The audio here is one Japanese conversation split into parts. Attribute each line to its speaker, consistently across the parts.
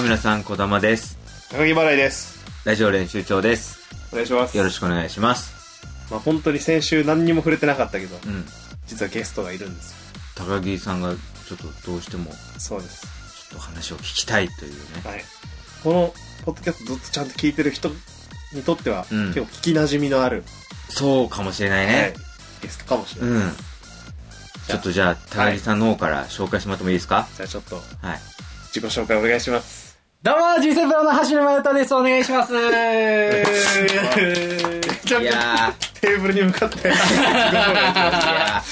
Speaker 1: 村さん、こだまです。
Speaker 2: 高木払いです。
Speaker 1: ラジオ練習長です。
Speaker 2: お願いします。
Speaker 1: よろしくお願いします。
Speaker 2: まあ本当に先週何にも触れてなかったけど、
Speaker 1: うん。
Speaker 2: 実はゲストがいるんです
Speaker 1: 高木さんが、ちょっとどうしても、ちょ
Speaker 2: よ。そうです。
Speaker 1: っと話を聞きたいというね。
Speaker 2: はい。この、ポッドキャストずっとちゃんと聞いてる人にとっては、
Speaker 1: うん
Speaker 2: 結構聞き馴染みのある、
Speaker 1: そうかもしれない
Speaker 2: は
Speaker 1: ね
Speaker 2: い。ゲストかもしれない。
Speaker 1: うん。ちょっとじゃあ、高木さんの方から紹介してもらってもいいですか
Speaker 2: じゃあちょっと、
Speaker 1: はい。
Speaker 2: 自己紹介お願いします。
Speaker 3: どうも、人生プロの橋沼歌です。お願いします。
Speaker 2: えー、ちゃ
Speaker 1: い
Speaker 2: んと
Speaker 1: や
Speaker 2: テーブルに向 かって自己紹介しま
Speaker 1: ー、いや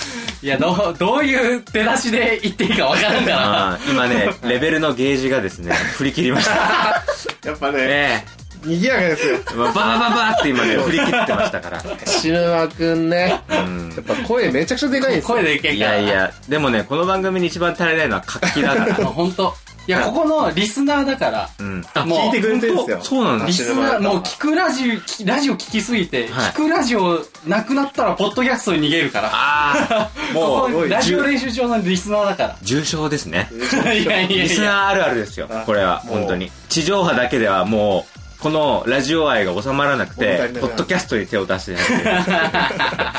Speaker 1: ー。
Speaker 3: いや、どう、どういう出だしで言っていいかわからんかな。
Speaker 1: あー今ね、レベルのゲージがです ね、振り切りました。
Speaker 2: す。やっぱね、
Speaker 1: ね
Speaker 2: 賑やかですよ。
Speaker 1: え、まあ、バババババって今ね、振り切ってました から。
Speaker 2: シルマくんね。
Speaker 1: うん
Speaker 2: やっぱ声めちゃくちゃでかいん ですよ。
Speaker 3: 声でいけん
Speaker 1: い
Speaker 3: か
Speaker 1: や
Speaker 3: ら。
Speaker 1: い。や、でもね、この番組に一番足りないのは活気だから。
Speaker 3: ほんと。いや、ここのリスナーだから。
Speaker 1: うん。
Speaker 3: もう
Speaker 2: 聞いてくれてるんですよ。
Speaker 1: そうなんだ
Speaker 3: リスナー、もう聞くラジオ、聞ラジオ聞きすぎて、
Speaker 1: はい
Speaker 3: 聞くラジオなくなったら、ポッドキャストに逃げるから。
Speaker 1: あ あ、も
Speaker 3: ここ
Speaker 1: う、
Speaker 3: ラジオ
Speaker 1: 重
Speaker 3: 練習場のリスナーだか
Speaker 1: 重症ですね。
Speaker 3: ら。 いやいや
Speaker 1: リ
Speaker 3: い
Speaker 1: スナ
Speaker 3: や。
Speaker 1: ーあるあるですよ
Speaker 2: あ、
Speaker 1: これは、
Speaker 2: もう
Speaker 1: 本当に。地上波だけではもう、このラジオ愛が収まらなく
Speaker 2: 物足
Speaker 1: て
Speaker 2: りな、くな
Speaker 1: ポ
Speaker 2: る
Speaker 1: ッドキャストに手を出してない。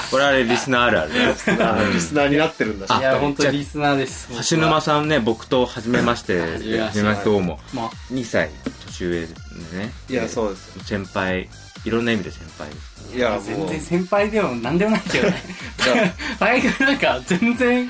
Speaker 1: これはあれ、リスナーあるあるです。
Speaker 2: あーリスナーになってるんだし。
Speaker 3: いや、ほんとリスナーです。
Speaker 1: 橋沼さんね、僕と初めまして、
Speaker 3: 初めま
Speaker 1: 初
Speaker 3: して
Speaker 1: めましてどうも。
Speaker 3: もう
Speaker 1: 2歳年上でね。
Speaker 2: いや、
Speaker 1: う。
Speaker 2: そうです。
Speaker 1: 先輩、いろんな意味で先輩です。
Speaker 2: いや、も
Speaker 3: 全
Speaker 2: う
Speaker 3: 然、先輩でも何でもないけどね大学なんか全然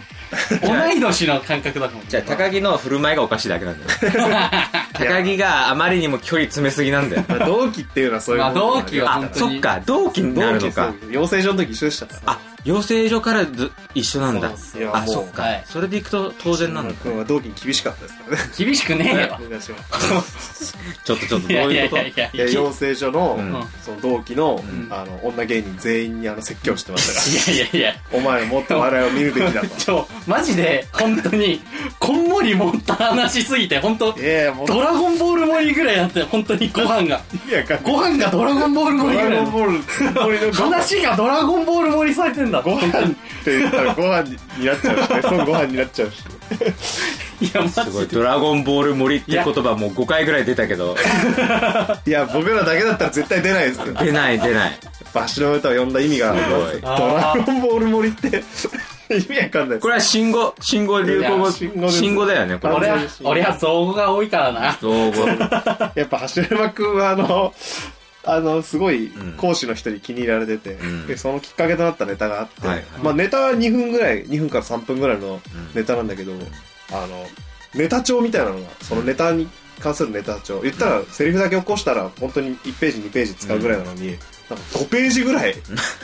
Speaker 3: 同い年の感覚だもん
Speaker 1: じゃあ、高木の振る舞いがおかしいだけなんだよ。高木があまりにも距離詰めすぎなんだよ。
Speaker 2: まあ同期っていうのはそういうもんだよね
Speaker 3: まあ同期は
Speaker 1: あ
Speaker 3: 本、当
Speaker 1: そ
Speaker 3: に
Speaker 1: っか、同期にな
Speaker 2: 同
Speaker 1: る
Speaker 2: 期
Speaker 1: のか。
Speaker 2: そう養成所の時一緒でしたから
Speaker 1: あ、養成所からず一緒なんだ
Speaker 3: そう。そう
Speaker 2: いや
Speaker 1: あ、
Speaker 2: も
Speaker 1: そうっか、
Speaker 3: はい
Speaker 1: それでいくと当然なんだ。
Speaker 2: 君は同期に厳しかったですからね
Speaker 3: 厳しくねえよ
Speaker 2: お願いします
Speaker 1: ちょっとちょっとど
Speaker 3: い
Speaker 1: う
Speaker 3: やい
Speaker 1: い
Speaker 3: や
Speaker 1: う
Speaker 3: い
Speaker 1: こ
Speaker 3: やいや
Speaker 2: いや養成所の,、
Speaker 1: うん
Speaker 2: その同期の,、
Speaker 1: ん
Speaker 2: あの女芸人全員にあの説教してましたか
Speaker 3: いやいやいや
Speaker 2: らお前はもっと笑いを見るべ きだと
Speaker 3: ちょマジで本当にこんもりもった話しすぎて本当
Speaker 2: いやいやもう
Speaker 3: ドラゴンボール盛りぐらいだったよ本当にご飯が
Speaker 2: いやか
Speaker 3: ご飯がドラゴンボール
Speaker 2: ド
Speaker 3: 盛りぐら
Speaker 2: ラ
Speaker 3: い
Speaker 2: ゴンボール俺のご飯っ
Speaker 3: 話がドラゴンボール盛りされてんだご飯
Speaker 2: て言ったらご飯になっちゃうしねそのご飯になっちゃうし
Speaker 3: いやマ
Speaker 1: と。すごい、
Speaker 3: ジで
Speaker 1: ドラゴンボール森っていう言葉もう5回ぐらい出たけど、
Speaker 2: いや僕らだけだったら絶対出ないですよ
Speaker 1: 出ない出ない。
Speaker 2: バシの歌を呼んだ意味がある
Speaker 1: すごい
Speaker 2: ドラゴンボール盛りって意味わかんないです
Speaker 1: これは新語、新語、流行
Speaker 3: い
Speaker 1: 語、
Speaker 2: や新語です
Speaker 1: 新語だよね、これ。
Speaker 3: 俺は俺は造語が多いからな
Speaker 1: 造語。
Speaker 2: やっぱ橋山くんはあの、あの、すごい
Speaker 1: ん
Speaker 2: 講師の人に気に入られてて、
Speaker 1: ん
Speaker 2: でそのきっかけとなったネタがあって、
Speaker 1: はいはい
Speaker 2: まあネタは2分ぐらい、2分から3分ぐらいのネタなんだけど、あの、ネタ帳みたいなのが、そのネタに関するネタ帳、言ったらセリフだけ起こしたら本当に1ページ、2ページ使うぐらいなのに、なんか5ページぐらい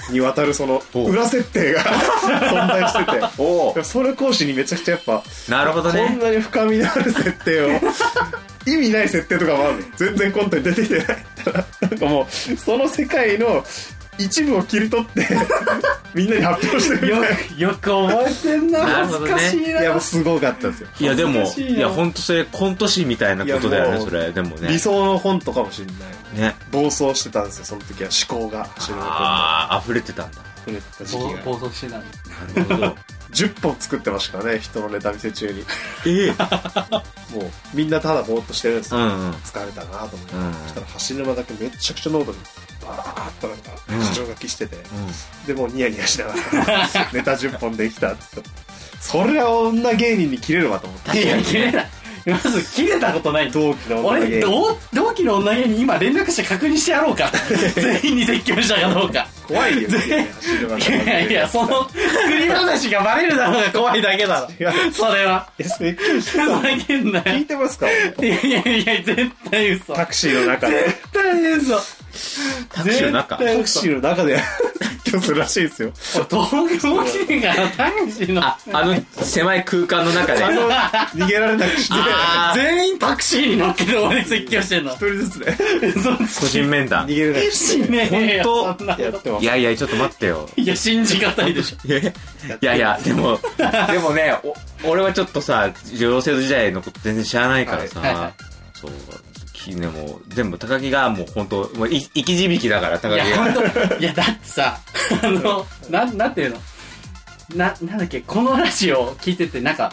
Speaker 2: にわたるその
Speaker 1: おう
Speaker 2: 裏設定が 存在してて、
Speaker 1: おー
Speaker 2: それ講師にめちゃくちゃやっぱ、
Speaker 1: なるほど
Speaker 2: こん
Speaker 1: ね。
Speaker 2: なに深みのある設定を意味ない設定とかもあるの全然コントに出てきてないなんかもうその世界の一部を切り取ってみんなに発表してるみ
Speaker 3: よ
Speaker 2: たい
Speaker 3: くよく覚えてんな
Speaker 1: なる
Speaker 3: 恥
Speaker 1: ほど
Speaker 3: ず
Speaker 1: ね
Speaker 3: かしい
Speaker 2: ないやも
Speaker 3: な
Speaker 2: うすごかったですよ
Speaker 1: いやでも
Speaker 3: 恥ず、かしいない
Speaker 1: やほんとそれコント師みたいなことだよ
Speaker 2: い
Speaker 1: ね、
Speaker 2: やもう
Speaker 1: それ。でもね
Speaker 2: 理。想の本とかもしれない
Speaker 1: ね。
Speaker 2: 暴走してたんですよその時は思考が走る
Speaker 1: ああ、溢れてたんだ。
Speaker 2: くれてた時
Speaker 3: 暴
Speaker 2: 期
Speaker 3: 暴
Speaker 2: が
Speaker 3: 走してたの
Speaker 1: なるほど。
Speaker 2: 10本作ってましたからね人のネタ見せ中に
Speaker 1: ええ。
Speaker 2: もうみんなただぼーっとしてるんです
Speaker 1: う
Speaker 2: よ、
Speaker 1: んうん。
Speaker 2: 疲れたなと思って、
Speaker 1: うん
Speaker 2: そしたら橋沼だけめちゃくちゃノートにバーッとなんか箇条書きしてて、
Speaker 1: うん。
Speaker 2: でもうニヤニヤしながら ネタ10本できたっつってそりゃ女芸人に切れるわと思った
Speaker 3: いや切れないまず切れたことない
Speaker 2: 同期の女
Speaker 3: 俺
Speaker 2: 芸人
Speaker 3: 同同期の女芸に今連絡して確認してやろう か全員に説教したかどうか
Speaker 2: 怖いよ
Speaker 3: 全員
Speaker 2: 走るわ
Speaker 3: いやいやその作り話がバレるだろうが怖いだけだろ
Speaker 2: や
Speaker 3: それは
Speaker 2: 説教してた
Speaker 3: ふ
Speaker 2: の
Speaker 3: ざけんなよ
Speaker 2: 聞いてますか
Speaker 3: いやいやいや絶対嘘
Speaker 2: タクシーの中で
Speaker 3: 絶対嘘
Speaker 1: タクシーの中
Speaker 3: 絶
Speaker 2: タ
Speaker 3: 対
Speaker 2: ク
Speaker 3: 嘘
Speaker 2: シーの中で 今日するらしいですよ
Speaker 3: 俺同期がタクシーの
Speaker 1: あ、あの狭い空間の中で。
Speaker 2: あの逃げられなくして
Speaker 1: あー
Speaker 3: 全員タクシーに乗ってる俺説教してんの
Speaker 2: 一人ずつね
Speaker 3: 嘘
Speaker 1: 個
Speaker 3: つき
Speaker 1: 人面談。
Speaker 2: 逃げれなくし
Speaker 3: しねえよ
Speaker 1: 本
Speaker 3: そんな
Speaker 2: てやってま
Speaker 1: い
Speaker 2: す
Speaker 1: やいや、ちょっと待って よ。
Speaker 3: いや信じがたいでしょ
Speaker 1: いやいや、でも、でもね、お俺はちょっとさ、養成所時代のこと全然知らないからさ、
Speaker 3: はいはいはい
Speaker 1: そう、きね、もう、全部高木がもう本当もうい生き字引きだから、高
Speaker 3: い
Speaker 1: 木
Speaker 3: や
Speaker 1: が。
Speaker 3: 本当いやだってさあのなんなんていうのななんだっけこのラジオ聞いててなんか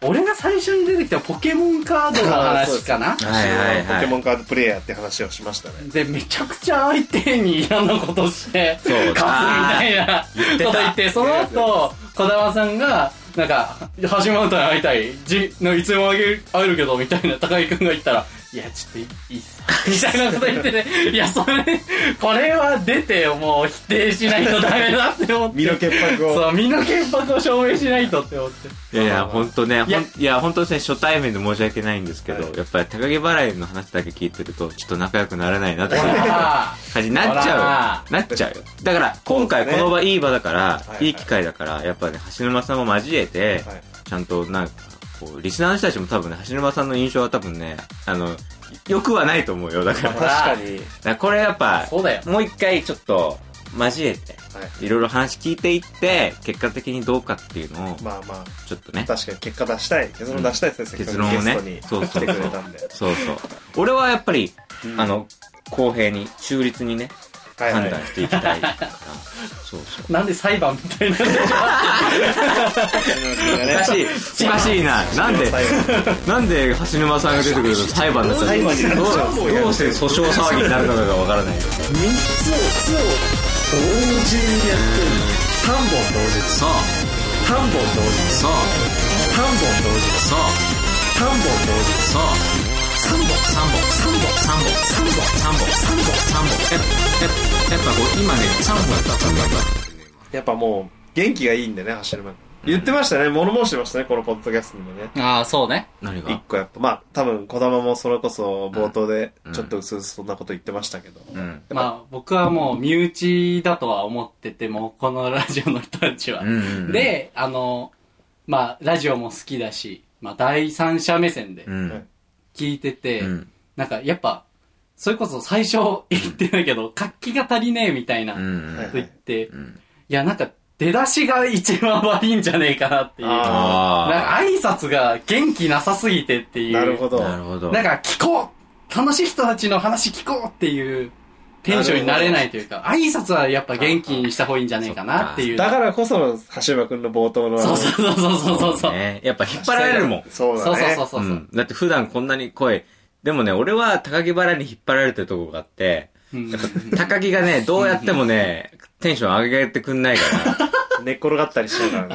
Speaker 3: 俺が最初に出てきたポケモンカードの話かな
Speaker 1: はいはい
Speaker 2: ポ
Speaker 1: は
Speaker 2: ケモ
Speaker 1: い。
Speaker 2: ンカードプレイヤーって話をしましたね。
Speaker 3: で、めちゃくちゃ相手に嫌なことして、
Speaker 1: そう
Speaker 3: 勝つみたいな
Speaker 1: 言ってた
Speaker 3: こと言って、その後、児玉さんが、なんか、始まると会いたい。じ、ないつでも会える会えるけど、みたいな、高木くんが言ったら、いや、ちょっといいっす。みたいなこと言ってね、 いや、それ、これは出て、もう否定しないとダメだって思って。
Speaker 2: 身の潔白を。
Speaker 3: そう、身の潔白を証明しないとって思って。
Speaker 1: いやいや、本当ね、ほん
Speaker 3: いや
Speaker 1: いや、本当ですね、初対面で申し訳ないんですけど、
Speaker 2: は
Speaker 1: やっぱり高木払いの話だけ聞いてると、ちょっと仲良くならないなって
Speaker 3: ほ ら
Speaker 1: 感じになっち
Speaker 3: ほ
Speaker 1: ゃ
Speaker 3: ら
Speaker 1: う。なっちゃうよ。だから、今回この場、いい場だから
Speaker 2: い、はい
Speaker 1: いい機会だから、やっぱね、橋沼さんも交えて、
Speaker 2: はい
Speaker 1: ちゃんと、なんか、こう、リスナーの人たちも多分ね、橋沼さんの印象は多分ね、あの、良くはないと思うよ。だから、だ
Speaker 2: 確
Speaker 1: か
Speaker 2: かに。
Speaker 1: らこれやっぱ、
Speaker 3: そうだよ。
Speaker 1: もう一回ちょっと、交えて、
Speaker 2: はい
Speaker 1: いろいろ話聞いていって、結果的にどうかっていうのを、
Speaker 2: まあま
Speaker 1: ちょっと
Speaker 2: あ、
Speaker 1: ね、
Speaker 2: 確かに結果出したい。結論出したいですね、せっ
Speaker 1: 結
Speaker 2: か
Speaker 1: 論
Speaker 2: く
Speaker 1: を
Speaker 2: ゲ
Speaker 1: ね
Speaker 2: ストに、
Speaker 1: そうそうそ
Speaker 2: 来
Speaker 1: う
Speaker 2: てくれたんで。
Speaker 1: そうそう。俺はやっぱり、
Speaker 2: うん
Speaker 1: あ、の、公平に、中立にね、
Speaker 2: はいは
Speaker 1: 判
Speaker 2: い
Speaker 1: 断していきた いから、そうそう。
Speaker 3: なんで裁判みたいな。
Speaker 1: しかし、しかしいな。なんで、なんで橋沼さんが出てくると裁判になっちゃう
Speaker 2: 裁判になっちゃう
Speaker 1: どうどうして訴訟騒ぎになるのかがわからない。
Speaker 4: 3つをつを同時にやってる3本同時です
Speaker 1: そう、
Speaker 4: 3本同時です
Speaker 1: そう、
Speaker 4: 3本同時です
Speaker 1: そう、
Speaker 4: 3本同時です
Speaker 1: そう、
Speaker 4: 3本3本3本
Speaker 1: 三本、
Speaker 4: 3本
Speaker 1: 三本、
Speaker 4: 3本
Speaker 1: 三本。やっぱ、やっぱこう、今ね、三本だったんだ
Speaker 2: やっぱもう、元気がいいんでね、走る前。言ってましたね、物申してましたね、このポッドキャストにもね。
Speaker 3: ああ、そうね。
Speaker 1: 何が
Speaker 2: 一個やっぱ、まあ、多分、児玉もそれこそ冒頭で
Speaker 1: うん、
Speaker 2: ちょっと薄々そんなこと言ってましたけど。
Speaker 1: うん。
Speaker 3: まあ、僕はもう身内だとは思ってても、このラジオの人たちは
Speaker 1: う。んうん。、
Speaker 3: で、あの、まあ、ラジオも好きだし、まあ、第三者目線で
Speaker 1: うん。
Speaker 3: 聞いてて、
Speaker 1: うん。
Speaker 3: なんかやっぱ、それこそ最初言ってたけど、活気が足りねえみたいな
Speaker 1: う
Speaker 3: と
Speaker 1: ん
Speaker 2: はい
Speaker 3: 言って、い
Speaker 1: うん。
Speaker 3: や、なんか出だしが一番悪いんじゃねえかなっていう。なんか
Speaker 1: あ
Speaker 3: 挨拶が元気なさすぎてっていう。
Speaker 2: なるほ
Speaker 1: あ。
Speaker 2: ど。
Speaker 1: なるほど。
Speaker 3: なんか聞こう楽しい人たちの話聞こうっていうテンションになれないというか、挨拶はやっぱ元気にした方がいいんじゃないかなっていう。
Speaker 2: だからこその、橋場くんの冒頭の。
Speaker 3: そうそうそうそうそうそう。
Speaker 1: ね。やっぱ引っ張られるもん。
Speaker 2: そう
Speaker 3: そ
Speaker 2: だ
Speaker 3: うそう
Speaker 2: ね。
Speaker 3: そうそう。
Speaker 1: ん、だって普段こんなに声でもね俺は高木原に引っ張られてるとこがあって
Speaker 3: うん
Speaker 1: 高木がねどうやってもねテンション上げてくんないか
Speaker 2: 寝っ転がったりしながらね。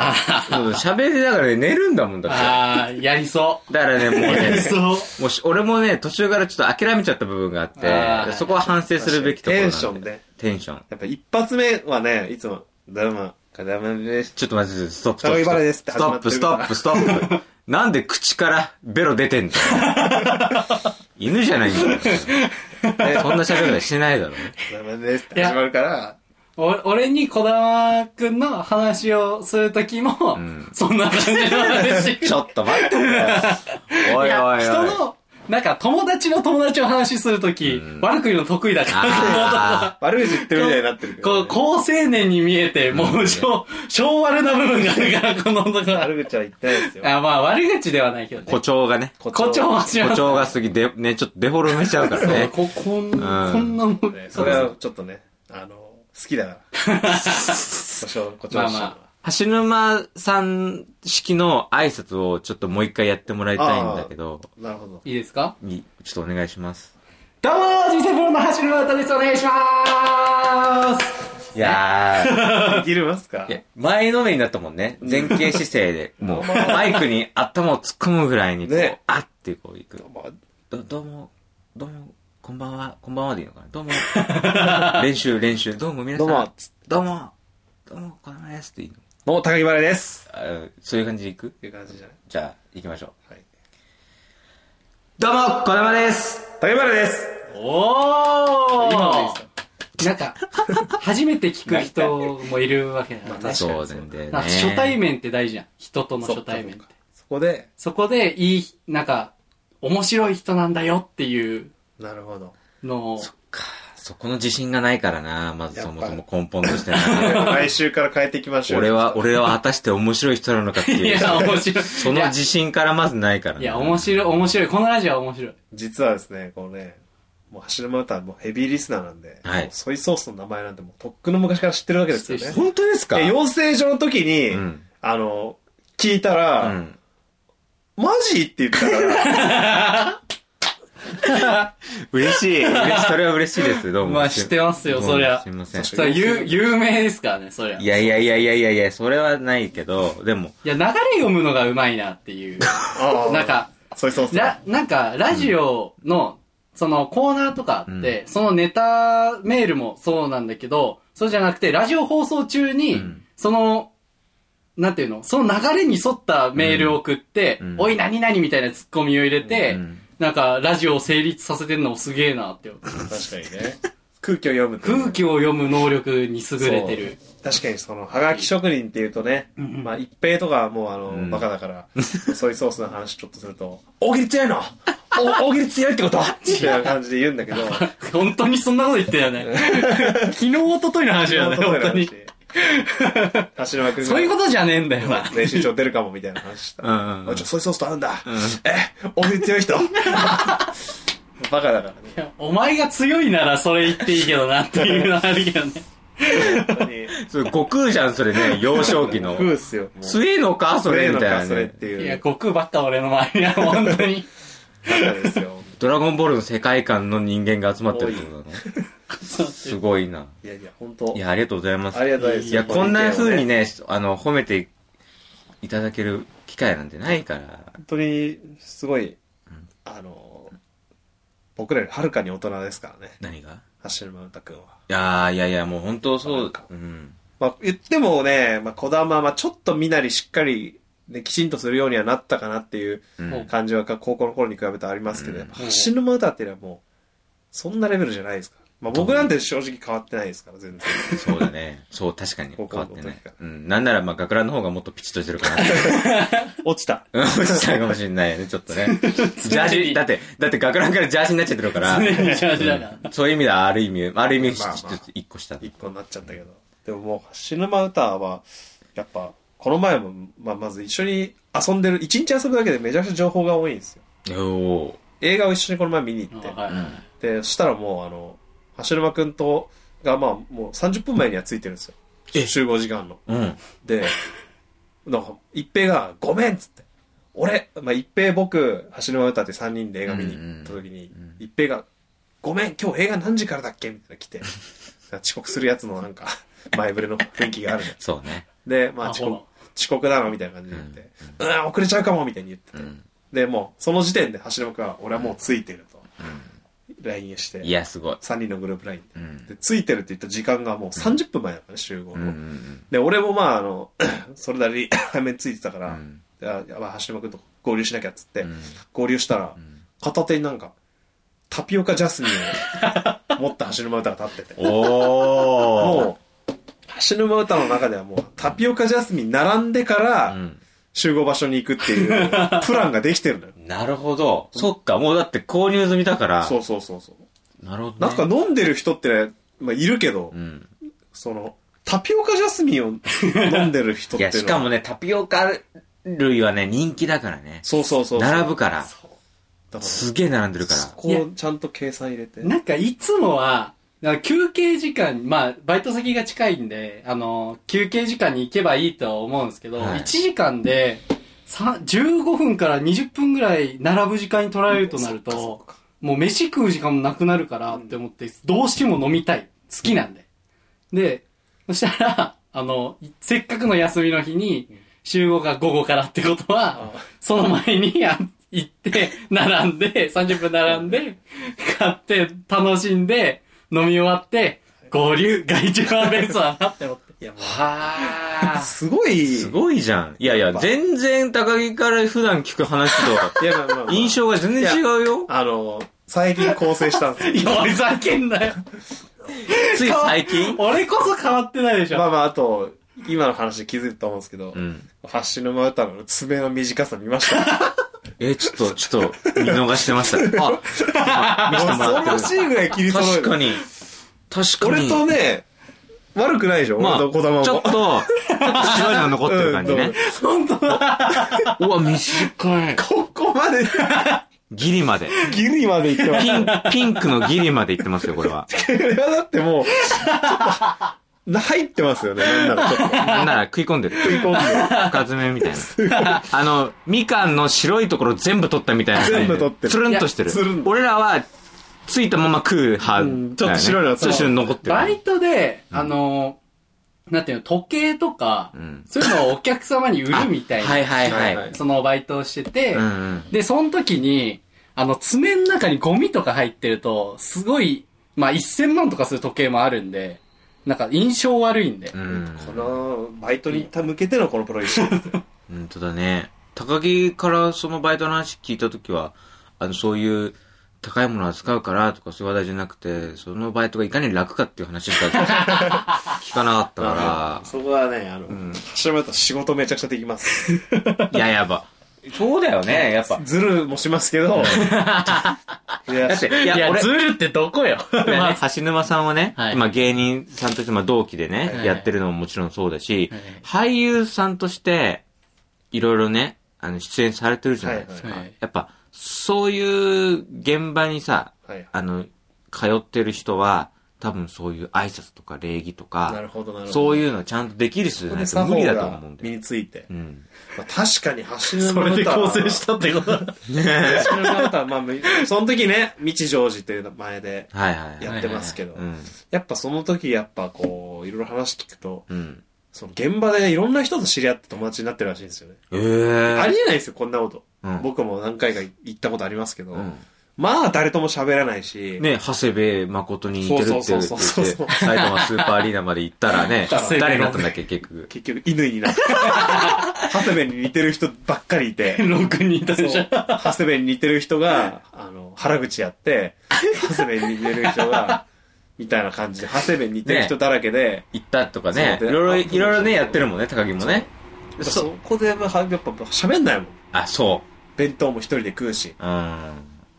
Speaker 1: らうん喋りながらね寝るんだもんだっ
Speaker 3: ああ、やりそ
Speaker 1: てだからねもう
Speaker 3: う。やり
Speaker 1: ね
Speaker 3: そう。
Speaker 1: もうし俺もね途中からちょっと諦めちゃった部分があって
Speaker 3: あー
Speaker 1: そこは反省するべきところなんで
Speaker 2: テンションね
Speaker 1: テンション
Speaker 2: やっぱ一発目はね、いつも、どうも、かだまです。
Speaker 1: ちょっと待ってストップスト
Speaker 2: 高木原ですって
Speaker 1: ップストップストップストップストップなんで口からベロ出てんだよ犬じゃないんだよそんな喋り方してないだろ
Speaker 2: かだまですって始まるから、
Speaker 3: お俺に小玉くんの話をするときも、
Speaker 1: ん
Speaker 3: そんな感じの話。
Speaker 1: ちょっと待ってくれよ。おいおいおい。
Speaker 3: 人の、なんか友達の友達の話するとき、悪く言うの得意だから。
Speaker 1: あ
Speaker 2: 悪口言ってるみたいになってるけ
Speaker 3: こ
Speaker 2: ど
Speaker 3: う、
Speaker 2: ね。
Speaker 3: 高青年に見えて、もう、昭昭和な部分があるから、この男は。
Speaker 2: 悪口は言ってないですよ。
Speaker 3: あ、まあ、悪口ではないけど
Speaker 1: ー
Speaker 3: ね。
Speaker 1: 誇張がね。
Speaker 3: 誇張はしま
Speaker 1: 誇
Speaker 3: す。
Speaker 1: 張が過ぎで、ね、ちょっとデフォルメしちゃうからね。
Speaker 3: こ、こん、こんなもん。
Speaker 2: ねそれはちょっとね、あの、好きだから。故障、故障し
Speaker 3: まあま
Speaker 1: 橋沼さん式の挨拶をちょっともう一回やってもらいたいんだけど、
Speaker 2: なるほど。
Speaker 3: いいですか
Speaker 1: にちょっとお願いします。
Speaker 3: どうも人生プロの走る渡です。お願いしまーす
Speaker 1: いやー。
Speaker 2: できますか
Speaker 1: いや前のめりになったもんね。前傾姿勢で、もう、マイクに頭を突っ込むぐらいに、こう
Speaker 2: ね、
Speaker 1: あってこういく。
Speaker 2: まあ
Speaker 1: どどうも、どうも、こんばんは、こんばんはでいいのかな どうも、練習、練習、どうも皆さん、
Speaker 2: どうも
Speaker 1: どうも、どうも、この前ですっていいの
Speaker 2: どうも、高木原です。
Speaker 1: あそういう感じでいく
Speaker 2: っていう感じじゃない
Speaker 1: じゃあ、行きましょう。
Speaker 2: はい。
Speaker 1: どうも、こだまです
Speaker 2: 高木原です
Speaker 3: お
Speaker 2: 今のでいいです
Speaker 3: ー
Speaker 2: か
Speaker 3: なんか、初めて聞く人もいるわけだからね。
Speaker 1: そうなんだよね。
Speaker 3: なんか初対面って大事じゃん。人との初対面って。
Speaker 2: そこで、
Speaker 3: そこで、いい、なんか、面白い人なんだよっていう
Speaker 2: なるほど。
Speaker 3: のを、
Speaker 1: か。そこの自信がないからな、まずそもそ
Speaker 2: や
Speaker 1: も
Speaker 2: っ
Speaker 1: 根本として
Speaker 2: 来週から変えていきま しょう。
Speaker 1: 俺は、俺は果たして面白い人なのかって
Speaker 3: い
Speaker 1: いう。
Speaker 3: や、面白い。
Speaker 1: その自信からまずないから
Speaker 3: いや、面
Speaker 1: い。
Speaker 3: 白い、面白い。このラジオは面白い。
Speaker 2: 実はですね、こうね、もう橋沼歌はもうヘビーリスナーなんで、
Speaker 1: はい
Speaker 2: もうソイソースの名前なんてもうとっくの昔から知ってるわけですよ
Speaker 3: 知っ
Speaker 2: ね。
Speaker 1: 本当ですか
Speaker 2: で養成所の時に、
Speaker 1: うん
Speaker 2: あの、聞いたら、
Speaker 1: うん
Speaker 2: マジって言ったから、
Speaker 1: 嬉しい。嬉しいそれは嬉しいです。どうも。
Speaker 3: まあ知ってますよそりゃ
Speaker 1: どうもすいませ
Speaker 2: 確
Speaker 1: ん。
Speaker 2: か
Speaker 3: それ有有名ですからね、そりゃ。
Speaker 1: いやいやいやいやいやいや、それはないけど、でも、
Speaker 3: いや、流れ読むのがうまいなって いう。
Speaker 2: ああ
Speaker 3: なん、か、
Speaker 2: そうそうそう。
Speaker 3: ラ、なんか、ラジオの、そのコーナーとかって、そのネタメールもそうなんだけど、そうじゃなくて、ラジオ放送中に、
Speaker 1: うん
Speaker 3: その、なんていうのその流れに沿ったメールを送って、
Speaker 1: うん
Speaker 3: おい、何々みたいなツッコミを入れて、
Speaker 1: うん
Speaker 3: なんか、ラジオを成立させてるのもすげ えなって思う。
Speaker 2: 確かにね。空気を読むっていう
Speaker 3: 空気を読む能力に優れてる。
Speaker 2: 確かにその、はがき職人っていうとね、まあ一平とかはもうあの、
Speaker 1: ん
Speaker 2: バカだから、ソイソースの話ちょっとすると、大喜利強いのお大喜利強いってことみたいな感じで言うんだけど、
Speaker 3: 本当にそんなこと言ってたよね。昨日、一昨日の話だよね、本当に。
Speaker 2: 橋沼君
Speaker 3: そういう
Speaker 2: が
Speaker 3: ことじゃねえんだよな。
Speaker 2: 練習場出るかもみたいな話した。
Speaker 1: うんうんうん
Speaker 2: あじゃあソイソースと合うんだ。え大喜利強い人バカだからね。
Speaker 3: いやお前が強いならそれ言っていいけどなっていうのはあるけどね。
Speaker 2: 本当に。
Speaker 1: それ悟空じゃん、それね、幼少期の。
Speaker 2: 食うっすよ。もう
Speaker 1: 強えのか、それ、みたいな、ね。
Speaker 2: それって
Speaker 3: い
Speaker 2: い
Speaker 3: や、
Speaker 2: う。
Speaker 3: 悟空ばっか俺の周りには本当に。
Speaker 2: バカですよ。
Speaker 1: ドラゴンボールの世界観の人間が集まってるってことだね。
Speaker 3: そ う
Speaker 1: すごいな。
Speaker 2: いやいや、本当
Speaker 1: いや、ありがとうございます。
Speaker 2: ありがたいです
Speaker 1: いや、こんな風に。ね、あの、褒めていただける機会なんてないから。
Speaker 2: 本当に、すごい、あの、僕らよりはるかに大人ですからね。
Speaker 1: 何が
Speaker 2: 橋沼太くんは。
Speaker 1: いやーいやいや、もう本当そう。うん。
Speaker 2: まあ、言ってもね、まあ、小玉は、まあ、ちょっとみなりしっかり、ね、きちんとするようにはなったかなっていう
Speaker 1: うん
Speaker 2: 感じは、高校の頃に比べてありますけど、
Speaker 1: うん
Speaker 2: やっぱ橋沼歌っていうのはもう、そんなレベルじゃないですから。まあ、僕なんて正直変わってないですから、全然。
Speaker 1: そうだね。そう、確かに変
Speaker 2: 高校
Speaker 1: わ
Speaker 2: の
Speaker 1: ってない
Speaker 2: 時から。
Speaker 1: うん。なんなら、まあ、学ランの方がもっとピチッとしてるかな。
Speaker 2: 落ちた。
Speaker 1: うん、落ちたかもしれないよね、ちょっと ね。ジャージ、だって、だって学ランからジャージになっちゃってる から。
Speaker 3: 常にジャージだから
Speaker 1: うんそういう意味では、ある意味、ある意味、
Speaker 2: まあまあ
Speaker 1: ちょっと一個した。
Speaker 2: 一個になっちゃったけど。でももう、死ぬ間歌は、やっぱ、この前も、まあ、まず一緒に遊んでる、一日遊ぶだけでめちゃくちゃ情報が多いんですよ。
Speaker 1: おー。
Speaker 2: 映画を一緒にこの前見に行って。
Speaker 3: はいはい
Speaker 2: で、そしたらもう、あの、橋沼くんと、が、まあ、もう30分前にはついてるんですよ。
Speaker 1: え
Speaker 2: 集合時間の。
Speaker 1: うん。
Speaker 2: で、なんか、一平が、ごめんっつって。俺、まあ、一平、僕、橋沼歌って3人で映画見に行った時に、
Speaker 1: うんうん
Speaker 2: 一平が、ごめん、今日映画何時からだっけみたいな の来て、遅刻するやつのなんか、前触れの雰囲気があるの。
Speaker 1: そうね。
Speaker 2: で、まあ、
Speaker 3: あ
Speaker 2: 遅
Speaker 3: ほら
Speaker 2: 刻、遅刻だろ、みたいな感じで言って、うん、遅れちゃうかも、みたいに言ってて。
Speaker 1: うん。
Speaker 2: で、もう、その時点で橋沼君は、俺はもうついてると、LINE して、
Speaker 1: いや、すごい。
Speaker 2: 3人のグループ LINE で。
Speaker 1: うん。
Speaker 2: で、ついてるって言った時間がもう30分前だからね、集合
Speaker 1: うんう
Speaker 2: の。
Speaker 1: ん
Speaker 2: で、俺もまあ、あの、 それなりに早めに ついてたか
Speaker 1: う
Speaker 2: ら、
Speaker 1: ん。
Speaker 2: であやばい、橋沼君と合流しなきゃっつって、
Speaker 1: うん
Speaker 2: 合流したら、片手になんか、タピオカジャスミ ンを持った橋沼歌が立ってて。
Speaker 1: おー。
Speaker 2: もう、橋沼歌の中ではもう、タピオカジャスミン並んでから、
Speaker 1: うん。
Speaker 2: 集合場所に行くって いう、プランができてるのよ。
Speaker 1: なるほど。そっか、もうだって購入済みだから。
Speaker 2: そうそうそうそう。
Speaker 1: なるほどね。
Speaker 2: なんか飲んでる人って、ね、まあ、いるけど、
Speaker 1: うん。
Speaker 2: その、タピオカジャスミンを飲んでる人っ
Speaker 1: い
Speaker 2: てい
Speaker 1: や、
Speaker 2: うのは
Speaker 1: しかもね、タピオカ類はね、人気だからね。
Speaker 2: そうそうそうそう。
Speaker 1: 並ぶから。
Speaker 2: そうだから、
Speaker 1: すげえ並んでるから。
Speaker 2: そこをちゃんと計算入れて。
Speaker 3: なんかいつもは、なんか休憩時間、まあ、バイト先が近いんで、あの、休憩時間に行けばいいとは思うんですけど、
Speaker 1: はい
Speaker 3: 1時間で、さ15分から20分ぐらい並ぶ時間に取られるとなる
Speaker 2: そっ
Speaker 3: と
Speaker 2: か、
Speaker 3: もう飯食う時間もなくなるからって思って、どうしても飲みたい。好きなんで。で、そしたら、あの、せっかくの休みの日に、集合が午後からってことは、その前にあ行って、並んで、30分並んで、買って、楽しんで、飲み終わって、合流が一番ベストだなって思っ
Speaker 2: い
Speaker 3: て。
Speaker 2: や、も
Speaker 1: は
Speaker 2: う、すごい。
Speaker 1: すごいじゃん。いやいや、全然高木から普段聞く話
Speaker 2: いや、まあまあま
Speaker 1: と、
Speaker 2: あ
Speaker 1: 印象が全然違うよ。
Speaker 2: あの、最近構成したん ですよ。
Speaker 3: いや、ふざけんなよ。
Speaker 1: つい最近
Speaker 3: 俺こそ変わってないでし
Speaker 2: まあ
Speaker 3: ょ。
Speaker 2: まあ、あと、今の話で気づいたと思うんですけど、
Speaker 1: うん。
Speaker 2: 橋沼歌の爪の短さ見ました。
Speaker 1: え、ちょっと、ちょっと、見逃してま した。あ、
Speaker 2: 恐ろしいぐらい切り揃え
Speaker 1: 確
Speaker 2: る
Speaker 1: かに。確か
Speaker 2: 俺
Speaker 1: に。
Speaker 2: とね、悪くないでしょ、
Speaker 1: まあ、ち
Speaker 2: 俺と
Speaker 1: ょ
Speaker 2: 小
Speaker 1: っ
Speaker 2: 玉
Speaker 1: と、
Speaker 2: も。
Speaker 1: ちょっと白いの残ってる感じね。
Speaker 3: 本当だ。
Speaker 1: うわ、短い。
Speaker 2: ここまで、
Speaker 1: ギリまで。
Speaker 2: ギリまでいって ます。
Speaker 1: ピン、ピンクのギリまで行ってますよ、これは。
Speaker 2: これはだってもう、ちょっ入ってますよね、なんならちょっと。
Speaker 1: なんなら食い込んでる。
Speaker 2: 食い込んで。
Speaker 1: 深爪みたいな。あの、みかんの白いところ全部取ったみたいな感じで。
Speaker 2: 全部取ってる
Speaker 1: つるんとしてる
Speaker 2: いやつるん。
Speaker 1: 俺らは、ついたまま食う派だよね、
Speaker 2: ちょっと白いのが
Speaker 1: ちょっと白いの残って
Speaker 3: バイ
Speaker 1: る。
Speaker 3: トで、あのー、なんていうの、時計とか、
Speaker 1: ん
Speaker 3: そういうのをお客様に売るみたいな。
Speaker 1: はいはいはい。
Speaker 2: はい
Speaker 3: そのバイトをしてて、
Speaker 1: うんうん
Speaker 3: で、その時に、あの、爪の中にゴミとか入ってると、すごい、まあ、1000万とかする時計もあるんで、なんか印象悪いんで。
Speaker 1: うん。
Speaker 2: この、バイトに向けてのこのプロジェクト。
Speaker 1: 本当だね。高木からそのバイトの話聞いたときは、あの、そういう、高いものを扱うからとかそういう話題じゃなくて、そのバイトがいかに楽かっていう話し か聞かなかったか
Speaker 2: そこはね、あの、橋本は仕事めちゃくちゃできます。
Speaker 1: ら、いややば。そうだよね、やっぱ。
Speaker 2: ズルもしますけど。いや
Speaker 1: だって、い
Speaker 3: い
Speaker 1: や、
Speaker 3: や、
Speaker 1: 俺、
Speaker 3: ズルってどこよまあ
Speaker 1: ね、橋沼さんはね、
Speaker 3: はい
Speaker 1: 今芸人さんとして、まあ、同期でね、
Speaker 3: はい
Speaker 1: やってるのももちろんそうだし、俳優さんとして、いろいろね、あの、出演されてるじゃないですか。
Speaker 3: はいはい
Speaker 1: やっぱ、そういう現場にさ、
Speaker 2: はい
Speaker 1: あの、通ってる人は、多分そういう挨拶とか礼儀と
Speaker 2: な
Speaker 1: か、
Speaker 2: るほど、なるほど。
Speaker 1: そういうのちゃんとできる人じゃないと無理だと思うんだ
Speaker 2: 身
Speaker 1: よ。
Speaker 2: について
Speaker 1: う。ん。
Speaker 2: まあ確かに橋の
Speaker 3: それで構成したってことだ。
Speaker 2: た。橋の方は、まあ、その時ね、道成寺っていう名前で
Speaker 1: はいはいはい。
Speaker 2: やってますけど
Speaker 1: う、ん。
Speaker 2: やっぱその時、やっぱこう、いろいろ話聞くと、
Speaker 1: うん。
Speaker 2: その現場でねいろんな人と知り合って友達になってるらしいんですよね。
Speaker 1: ええ。
Speaker 2: ありえないですよ、こんなこと
Speaker 1: うん。
Speaker 2: 僕も何回か行ったことありますけど
Speaker 1: う、ん
Speaker 2: まあ誰とも喋らないし、
Speaker 1: ね、長谷部誠に似てるって言って、
Speaker 2: そ
Speaker 1: 埼
Speaker 2: うそうそうそう
Speaker 1: 玉スーパーアリーナまで行ったら ね
Speaker 3: 長谷、部
Speaker 1: 誰になったんだっけ、結局。
Speaker 2: 結局犬に なって、長谷部に似てる人ばっかりいて、
Speaker 3: 6人いた
Speaker 2: そう
Speaker 3: でしょ。
Speaker 2: 長谷部に似てる人が、あの、原口やって、長谷部に似てる人が、みたいな感じで、長谷部に似てる人だらけで、
Speaker 1: 行ったとかね、い
Speaker 2: そうで
Speaker 1: ろい
Speaker 2: あ
Speaker 1: ろ、いろいろね、やってるもんね、高木もね。
Speaker 2: やっぱそこでやっぱやっぱ喋んないもん。
Speaker 1: あ、そ
Speaker 2: 弁当も一人で食うし、
Speaker 1: う。うん。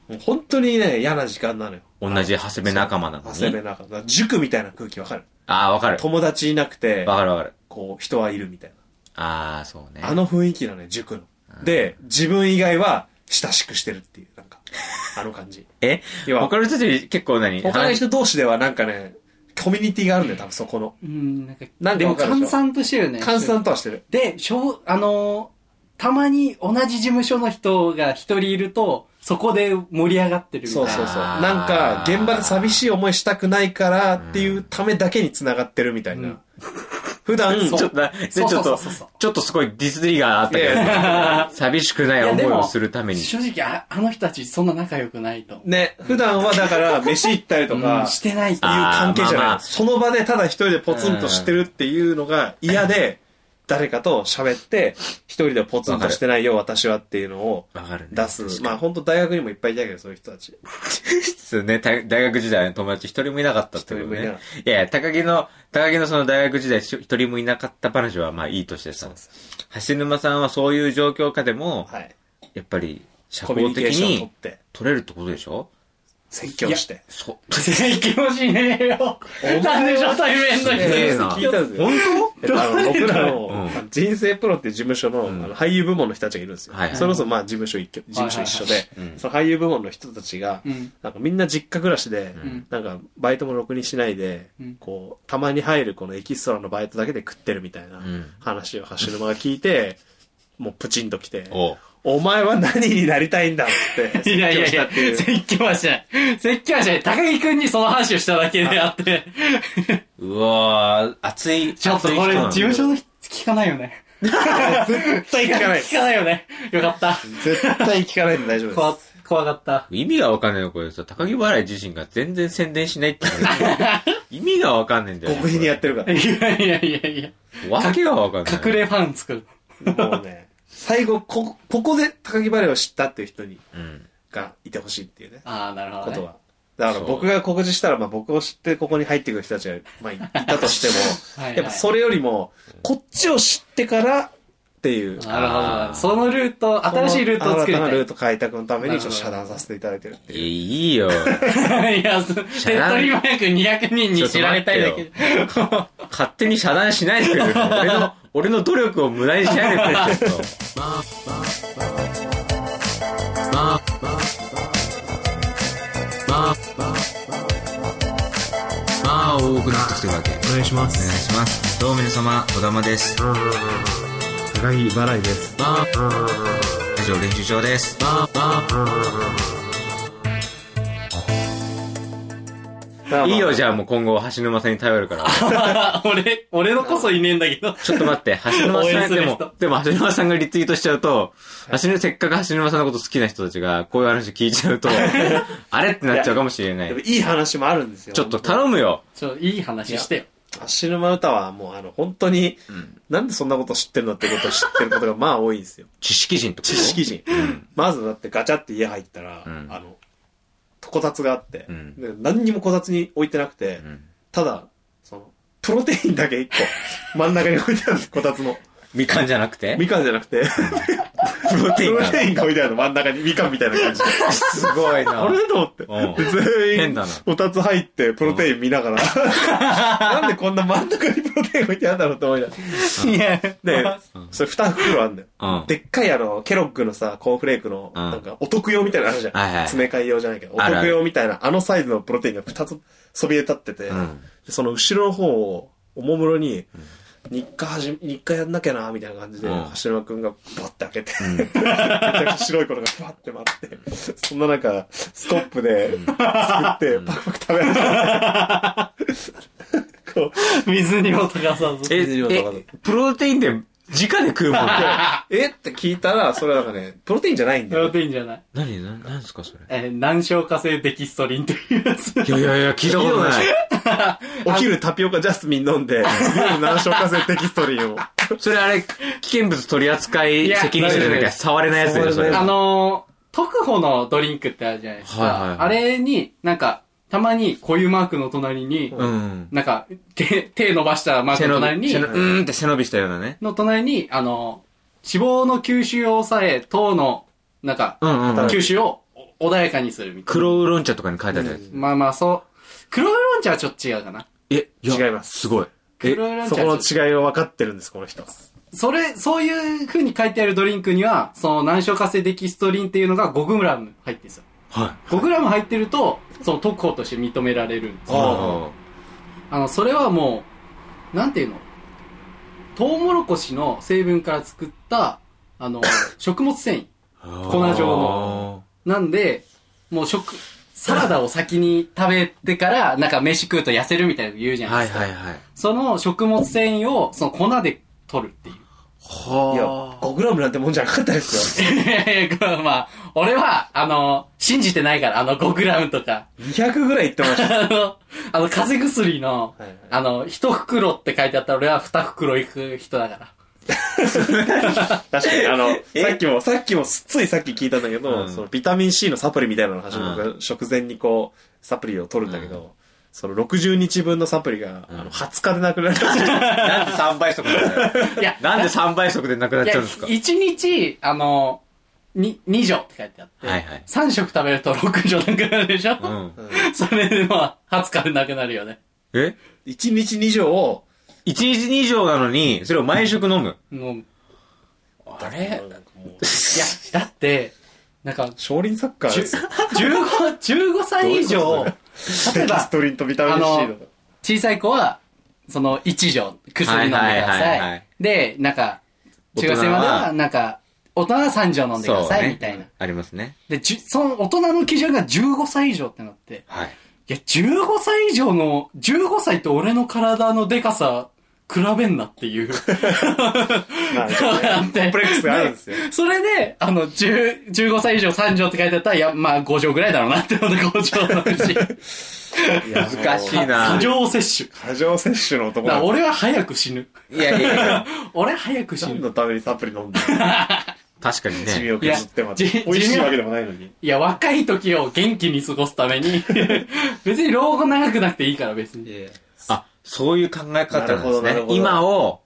Speaker 2: もう本当にね、嫌な時間なのよ。
Speaker 1: 同じ長谷部仲間なの
Speaker 2: 長谷部
Speaker 1: に。
Speaker 2: なんか、塾みたいな空気わかる
Speaker 1: あー、わかる。
Speaker 2: 友達いなくて、
Speaker 1: わかるわかる。
Speaker 2: こう、人はいるみたい
Speaker 1: あー、そうね
Speaker 2: な。。あの雰囲気なのね、塾の。で、自分以外は親しくしてるっていう、なんか、 あの感じ。
Speaker 1: え
Speaker 2: 要は
Speaker 1: 他の人たち結構何
Speaker 2: 他の
Speaker 1: 話
Speaker 2: 人同士ではなんかね、コミュニティがあるんだよ、多分そこの。
Speaker 3: うん、なんか、
Speaker 2: なん
Speaker 3: で
Speaker 2: か
Speaker 3: も
Speaker 2: わかるでしょ
Speaker 3: 閑散としてるよね。
Speaker 2: 閑散とはしてる。
Speaker 3: で、しょう、あのーたまに同じ事務所の人が一人いると、そこで盛り上がってるみたい
Speaker 2: そう
Speaker 3: な。
Speaker 2: そうそう。
Speaker 1: あー
Speaker 2: なんか、現場で寂しい思いしたくないからっていうためだけに繋がってるみたいな。普段、
Speaker 3: そう
Speaker 1: ちょっとな、でちょっ
Speaker 3: そ
Speaker 1: と
Speaker 3: うそうそうそう、
Speaker 1: ちょっとすごいディスりがあったけ
Speaker 2: いや
Speaker 1: ど、寂しくない思いをするために。
Speaker 3: 正直あ、あの人たちそんな仲良くないと。
Speaker 2: ね、普段はだから、飯行ったりと
Speaker 3: う
Speaker 2: か
Speaker 3: ん、してないと
Speaker 2: っていう
Speaker 1: あ
Speaker 2: 関係じゃない、
Speaker 1: まあまあ
Speaker 2: その場でただ一人でポツンとしてるっていうのが嫌で、誰かと喋って、一人でポツンとしてないよ、私はっていうのを
Speaker 1: わかるね。
Speaker 2: 出す。まあ本当大学にもいっぱいいたけど、そういう人たち。
Speaker 1: そうね、大大学時代の友達一人もいなかったってこと
Speaker 2: 一人もいな
Speaker 1: ね
Speaker 2: かっ。
Speaker 1: いやいや、高木の、高木のその大学時代し一人もいなかった話はまあいいとしてさ、橋沼さんはそういう状況下でも、
Speaker 2: はい。
Speaker 1: やっぱり社
Speaker 2: コミュ
Speaker 1: 交
Speaker 2: ニ
Speaker 1: 的
Speaker 2: ケーション取
Speaker 1: に
Speaker 2: って、
Speaker 1: 取れるってことでしょ
Speaker 2: 説教して。
Speaker 1: そう。
Speaker 3: 気持ちねえよ
Speaker 2: 前。は
Speaker 3: なんで初対面の
Speaker 1: すげえ
Speaker 3: 人
Speaker 1: な
Speaker 3: に
Speaker 2: 聞いたんですよ。えっとあの僕らの
Speaker 1: う
Speaker 2: 人生プロっていう事務所の,、あの俳優部門の人たちがいるんですよ。
Speaker 1: はいはい
Speaker 2: それこそまあ事務所一事務所一緒で、
Speaker 1: うん
Speaker 2: その俳優部門の人たちが、
Speaker 3: うん
Speaker 2: なんかみんな実家暮らしで、
Speaker 3: ん
Speaker 2: なんかバイトもろくにしないで、
Speaker 3: うん
Speaker 2: こうたまに入るこのエキストラのバイトだけで食ってるみたいなん話を橋沼が聞いて、もうプチンときて、
Speaker 1: お
Speaker 2: お前は何になりたいんだっつって、
Speaker 3: いやいやいや
Speaker 2: 説教したっていう。
Speaker 3: 説教はしない。説教はしない。高木くんにその話をしただけであって。
Speaker 1: うわー、熱い。
Speaker 3: ちょっと
Speaker 1: 熱い
Speaker 3: こ
Speaker 1: 人
Speaker 3: れ、
Speaker 1: な
Speaker 3: 事
Speaker 1: んだ
Speaker 3: 務所の人聞かないよね。
Speaker 2: 絶対聞かないで
Speaker 3: 聞
Speaker 2: す。
Speaker 3: かないよね。よかった。
Speaker 2: 絶対聞かないんで大丈夫です。
Speaker 3: 怖、怖かった。
Speaker 1: 意味がわかんないよ、これさ。高木笑い自身が全然宣伝しないって いう。意味がわかんないんだよ、ね。
Speaker 2: 極秘にやってるから。
Speaker 3: いやいやいやいや。
Speaker 1: わけがわかんない。
Speaker 3: 隠れファン作る。
Speaker 2: もうね、最後、こ、ここで高木バレーを知ったっていう人に、
Speaker 1: うん。
Speaker 2: がいてほしいっていうね、
Speaker 3: ああ、なるほ
Speaker 2: こ
Speaker 3: ど、ね。
Speaker 2: とは。だから僕が告知したら、まあ僕を知ってここに入ってくる人たちが、まあいたとしても、
Speaker 3: はいはい
Speaker 2: やっぱそれよりも、こっちを知ってからっていう、
Speaker 3: なるほどね。そのルート、新しいルートを作り
Speaker 2: 新た
Speaker 3: たい。
Speaker 2: なルート開拓のためにちょっと
Speaker 3: な
Speaker 2: 遮
Speaker 3: る
Speaker 2: 断させていただいてるって
Speaker 1: いや
Speaker 2: いう。
Speaker 1: いいよ。
Speaker 3: いや、そ手っ取り早く200人に知られたいだけ。
Speaker 1: 勝手に遮断しないでくれる。俺の、俺の努力を無駄にしないでくれる。ちょっと
Speaker 5: まあ、お
Speaker 1: 多くなってきてるわけ。
Speaker 4: お願いしま
Speaker 1: お願い
Speaker 4: す
Speaker 1: します。どうも皆様、小玉です。
Speaker 4: 高木払いです
Speaker 1: 以上練習場です。いいよ、じゃあもう今後、橋沼さんに頼るから。
Speaker 3: 俺、俺のこそいねえんだけど。
Speaker 1: ちょっと待って、橋沼
Speaker 3: 応
Speaker 1: さ
Speaker 3: 援
Speaker 1: ん、
Speaker 3: す
Speaker 1: で
Speaker 3: る
Speaker 1: も
Speaker 3: 人、
Speaker 1: でも橋沼さんがリツイートしちゃうと、橋沼、せっかく橋沼さんのこと好きな人たちが、こういう話聞いちゃうと、あれってなっちゃうかもしれな
Speaker 2: でも
Speaker 1: い。
Speaker 2: いい話もあるんですよ。
Speaker 1: ちょっと頼むよ。
Speaker 3: ちょ、いい話してよ。
Speaker 2: 足沼歌はもうあの、本当に、なんでそんなこと知ってるのってことを知ってることがまあ多いんですよ。
Speaker 1: 知識人ってこと
Speaker 2: 知識人。まずだってガチャって家入ったら、
Speaker 1: うん
Speaker 2: あの、こたつがあって、
Speaker 1: うん
Speaker 2: で何にもこたつに置いてなくて、
Speaker 1: うん
Speaker 2: ただ、その、プロテインだけ 一個、真ん中に置いてあるんです、こたつの。
Speaker 1: みかんじゃなくて
Speaker 2: みかんじゃなくて、
Speaker 1: プロテイ
Speaker 2: プ
Speaker 1: ン
Speaker 2: ロ
Speaker 1: だ。
Speaker 2: テインが置いてあるの、真ん中にみかんみたいな感じで。
Speaker 1: すごいな。
Speaker 2: あれと思って。
Speaker 1: うん
Speaker 2: で全員、
Speaker 1: 変だな
Speaker 2: こたつ入って、プロテイン見ながら、なんでこんな真ん中にプロテイン置いてあるんだろうと思いながら。
Speaker 3: いや、
Speaker 2: で、それ二袋あんだよ。
Speaker 1: うん
Speaker 2: でっかいあの、ケロッグのさ、コーンフレークの、
Speaker 1: うん
Speaker 2: なんか、お得用みたいなのあるじゃん。
Speaker 1: はいはい
Speaker 2: 詰め替え用じゃないけど、お
Speaker 1: あるあ
Speaker 2: 得
Speaker 1: る
Speaker 2: 用みたいな、あのサイズのプロテインが二つそびえ立ってて、
Speaker 1: うん
Speaker 2: でその後ろの方を、おもむろに、日課はじ、日課やんなきゃな、みたいな感じで、
Speaker 1: うん
Speaker 2: 橋沼くんがバッて開けて、 めちゃくちゃ白いことがバッて待って、そんな中、スコップで、作って、パクパク食べ 始めた。こう、
Speaker 3: 水にも高さず。
Speaker 1: え、
Speaker 2: 水量とかだ
Speaker 1: え、プロテインで、直で食うもん。
Speaker 2: えって聞いたら、それはなんかね、プロテインじゃないん
Speaker 3: プ
Speaker 2: だよ。
Speaker 3: ロテインじゃない。
Speaker 1: 何、な、なんすかそれ。
Speaker 3: えー、難消化性デキストリンというやつ。
Speaker 1: いやいやいや、聞いたことない。
Speaker 2: お昼タピオカジャスミン 飲んで、夜難消化性テキストリーを。
Speaker 1: それあれ、危険物取り扱い責任者じゃなきゃ触れないやつだよ、それ。
Speaker 2: 触れない
Speaker 3: あのー、特保のドリンクってあるじゃないですか。
Speaker 1: はいはいはい
Speaker 3: あれに、なんか、たまにこういうマークの隣に、
Speaker 1: うん。
Speaker 3: なんか、手、手伸ばしたマーク
Speaker 1: 背
Speaker 3: の
Speaker 1: 伸
Speaker 3: 隣
Speaker 1: び、背
Speaker 3: に
Speaker 1: 伸、びうーんって背伸びしたようなね。
Speaker 3: の隣に、あのー、脂肪の吸収を抑え、糖の、なんか、
Speaker 1: うんうんうん。
Speaker 3: 吸収をお穏やかにするみたいな。
Speaker 1: 黒ウーロン茶とかに書いてあるやつ。
Speaker 3: まあまあ、そう。黒ウーロン茶はちょっと違うかな。
Speaker 1: え、や
Speaker 2: 違います
Speaker 1: すごい。え、
Speaker 3: 黒ウーロン
Speaker 2: そ
Speaker 3: 茶
Speaker 2: こ
Speaker 3: は
Speaker 2: の
Speaker 3: ちょっと
Speaker 2: 違いを分かってるんです、この人。
Speaker 3: それ、そういう風に書いてあるドリンクには、その難消化性デキストリンっていうのが 5g 入ってるんですよ。
Speaker 1: は
Speaker 3: 5g 入ってると、その特効として認められるんです
Speaker 1: い。
Speaker 3: よ
Speaker 1: あ
Speaker 3: あの、それはもう、なんていうのトウモロコシの成分から作った、あ の、食物繊維。
Speaker 1: あ。
Speaker 3: 粉状の。なんで、もう食、サラダを先に食べてから、なんか飯食うと痩せるみたいなの言うじゃな
Speaker 1: はいい
Speaker 3: ですか。
Speaker 1: はいはい。
Speaker 3: その食物繊維を、その粉で取るっていう。
Speaker 2: いや、
Speaker 1: はあ。
Speaker 2: 5グラムなんてもんじゃなかったですよ。
Speaker 3: いやいやこれはまあ、俺は、あの、信じてないから、あの5グラムとか。
Speaker 2: 200ぐらいいってました。
Speaker 3: あの、あの、風邪薬の、
Speaker 2: はいはい
Speaker 3: あの、一袋って書いてあったら俺は二袋いく人だから。
Speaker 2: 確かに、あの、さっきも、さっきも、ついさっき聞いたんだけど、
Speaker 1: うん
Speaker 2: そのビタミン C のサプリみたいなのを橋本
Speaker 1: う
Speaker 2: が食前にこう、サプリを取るんだけど、その60日分のサプリが、あの、20日でなくなるらしい。
Speaker 1: なんで3倍速なんだよ。
Speaker 3: いや、
Speaker 1: なんで3倍速でなくなっ
Speaker 3: いや
Speaker 1: ちゃうんですか
Speaker 3: 一日、あの、に、二錠って書いてあって、
Speaker 1: はいはい
Speaker 3: 三食食べると六錠なくなるでしょ、
Speaker 1: うん。
Speaker 3: それでまあ、20日でなくなるよね。
Speaker 1: え
Speaker 2: 1日2錠を、
Speaker 1: ?1 日2錠なのに、それを毎食飲む。
Speaker 3: もう、い
Speaker 1: あれ
Speaker 2: なんかもう、
Speaker 3: や、だって、なんか、
Speaker 2: 少林サッカー
Speaker 3: じゅ
Speaker 2: ですよ。
Speaker 3: 15、15歳以
Speaker 2: ど
Speaker 3: 上
Speaker 2: ういうこ、
Speaker 3: 例え
Speaker 2: テキ
Speaker 3: ば
Speaker 2: ス、トリンとビタミン C の。
Speaker 3: 小さい子は、その、一錠、薬飲んでくだ
Speaker 1: はいはいはい
Speaker 3: さ
Speaker 1: はい
Speaker 3: い。で、なんか、中学生
Speaker 1: 大
Speaker 3: まで
Speaker 1: 人は
Speaker 3: は、なんか、大人は三錠飲んでください、みたいな。。
Speaker 1: ありますね。
Speaker 3: で、じゅその大人の基準が15歳以上ってなって、
Speaker 1: はい。
Speaker 3: いや、15歳以上の、15歳と俺の体のデカさ、比べんなっていう。
Speaker 2: まあちょっとね
Speaker 3: あって
Speaker 2: コンプレックスがあるんですよ。
Speaker 3: それで、あの、10 15歳以上3錠って書いてあったら、いや、まあ5錠ぐらいだろうなって思って5錠飲むし、
Speaker 1: 難しいな
Speaker 3: 過剰摂取。
Speaker 2: 過剰摂取の男
Speaker 3: だ
Speaker 2: だ
Speaker 3: から
Speaker 2: と
Speaker 3: 俺は早く死ぬ。
Speaker 1: いやいやいや。
Speaker 3: 俺早く死
Speaker 2: 何
Speaker 3: ぬ。
Speaker 2: のためにサプリ飲んで、
Speaker 1: 確かに
Speaker 2: 地味
Speaker 1: ね。
Speaker 2: を削ってまで
Speaker 3: いや。
Speaker 2: 美味しいわけでもないのに。
Speaker 3: いや、若い時を元気に過ごすために、別に老後長くなくていいから別に。
Speaker 1: あ、そういう考え方なん
Speaker 2: なる
Speaker 1: で
Speaker 2: ほ
Speaker 1: す
Speaker 2: どなる
Speaker 1: ね
Speaker 2: ほ。ど
Speaker 1: 今を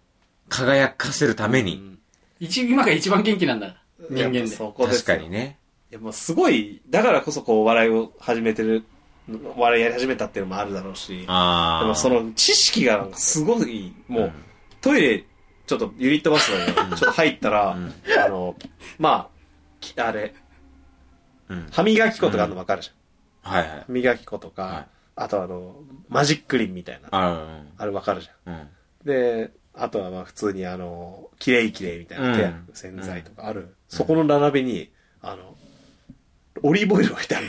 Speaker 1: 輝かせるために。
Speaker 3: 一今が一番元気なんだから、人間
Speaker 2: や
Speaker 3: で。
Speaker 2: っぱそこです
Speaker 1: 確
Speaker 2: よ
Speaker 1: かに。ね。
Speaker 2: いやもうすごい、だからこそこう、お笑いを始めてる、お笑いやり始めたっていうのもあるだろうし、
Speaker 1: あ
Speaker 2: でもそ、の知識がなんかすごい、もう、トイレ、ちょっとユニットバスのね、ちょっと入ったら、
Speaker 1: ん
Speaker 2: あの、まあき、あれ、
Speaker 1: うん
Speaker 2: 歯磨き粉とかあるの分かるじゃん。
Speaker 1: はいはい。
Speaker 2: 歯磨き粉とか、
Speaker 1: はい
Speaker 2: あとあの、マジックリンみたいな。
Speaker 1: あ
Speaker 2: あれわかるじゃん。
Speaker 1: あ、うん。
Speaker 2: で、あとはまあ普通にあの、キレイキレイみたいな手
Speaker 1: うん
Speaker 2: 薬、洗剤とかある。そこの並びに、あの、オリーブオイル置いてある。